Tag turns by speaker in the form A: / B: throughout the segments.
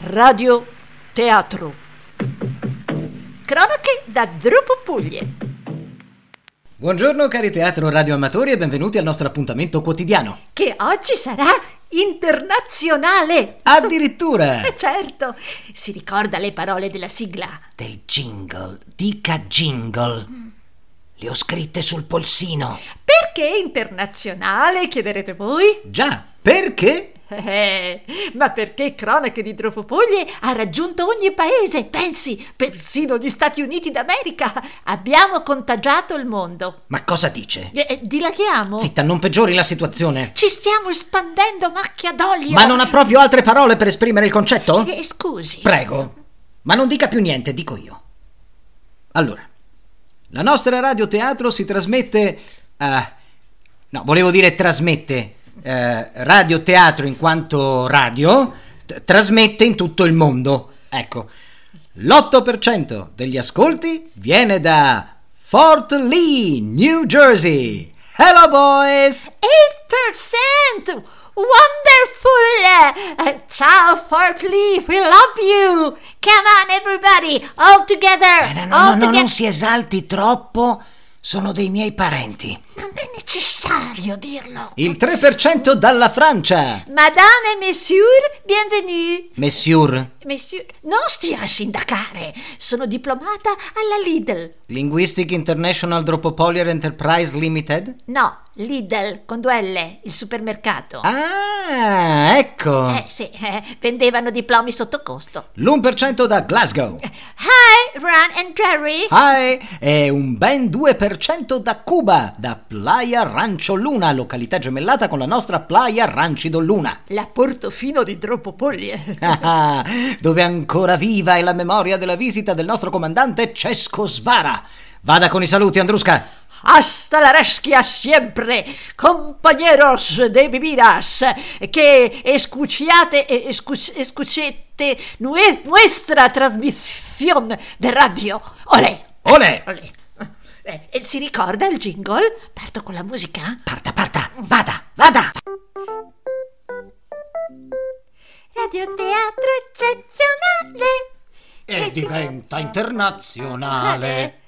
A: Radio Teatro. Cronache da Drupo Puglie.
B: Buongiorno cari teatro radioamatori e benvenuti al nostro appuntamento quotidiano.
A: che oggi sarà internazionale.
B: Addirittura
A: Eh, Certo, si ricorda le parole della sigla.
B: del jingle, dica jingle. Le ho scritte sul polsino.
A: Perché internazionale, chiederete voi?
B: Già, perché?
A: Eh, ma perché Cronache di Tropopoglie ha raggiunto ogni paese, pensi, persino gli Stati Uniti d'America. Abbiamo contagiato il mondo.
B: Ma cosa dice?
A: Eh, eh, dilaghiamo.
B: Zitta, non peggiori la situazione.
A: Ci stiamo espandendo macchia d'olio.
B: Ma non ha proprio altre parole per esprimere il concetto?
A: Eh, scusi.
B: Prego, ma non dica più niente, dico io. Allora, la nostra radioteatro si trasmette... eh, no, volevo dire trasmette. eh, radioteatro in quanto radio t- trasmette in tutto il mondo. Ecco, l'8% degli ascolti viene da Fort Lee, New Jersey. Hello boys!
A: 8%! Wonderful! Eh, ciao Fort Lee, we love you! Come on everybody, all together!
B: Eh,
A: all toge-
B: si esalti troppo, sono dei miei parenti.
A: Non è necessario dirlo.
B: Il 3% dalla Francia.
A: Madame et Monsieur, bienvenue!
B: Messieurs,
A: Monsieur, non stia a sindacare! Sono diplomata alla Lidl.
B: Linguistic International Dropopolier Enterprise Limited?
A: No, Lidl, con due L, il supermercato.
B: Ah, ecco!
A: Eh sì, eh, vendevano diplomi sotto costo.
B: L'1% da Glasgow.
A: Hi, Ron and Jerry!
B: Hai e un ben 2% da Cuba, da Playa Rancho Luna, località gemellata con la nostra Playa Rancido Luna.
A: La Portofino di eh. Dropopoglie.
B: Ah, ah, Dove ancora viva è la memoria della visita del nostro comandante Cesco Svara. Vada con i saluti, Andrusca.
A: Hasta la rasquia siempre, compañeros de bebidas, que escuchiate, eh, escu- escuchete nue- nuestra transmisión de radio. Olé,
B: Ole!
A: olé. Eh, eh, si ricorda il jingle? Parto con la musica?
B: Parta, parta, vada, vada!
A: Radio teatro eccezionale. Eh,
B: E diventa internazionale.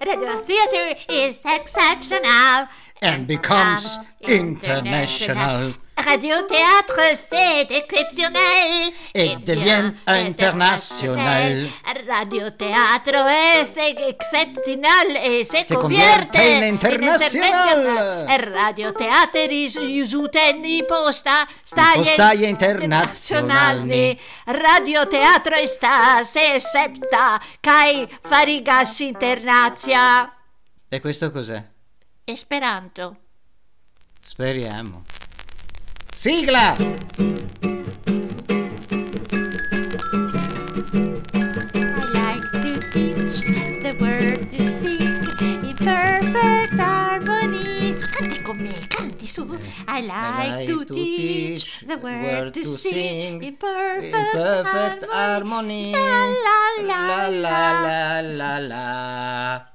A: Radio theater is exceptional. um,
B: and becomes international
A: Radio Théâtre, c'est exceptionnel.
B: Et
A: Eh
B: devient
A: bien,
B: international.
A: Radio Teatro es exceptionnel et se,
B: Se
A: convierte
B: convierte en international.
A: Radio Teatro is usuteni posta staie,
B: Postaie internazionali.
A: Radio Teatro sta se septa kai farigas internazia.
B: E questo cos'è?
A: Esperanto.
B: Speriamo. Sigla!
A: I like to teach the world to sing in perfect harmonies. Canti con me, canti su. I like, to, teach, the world to sing in perfect,
B: perfect
A: harmony.
B: harmony.
A: La la la la.
B: la la la la.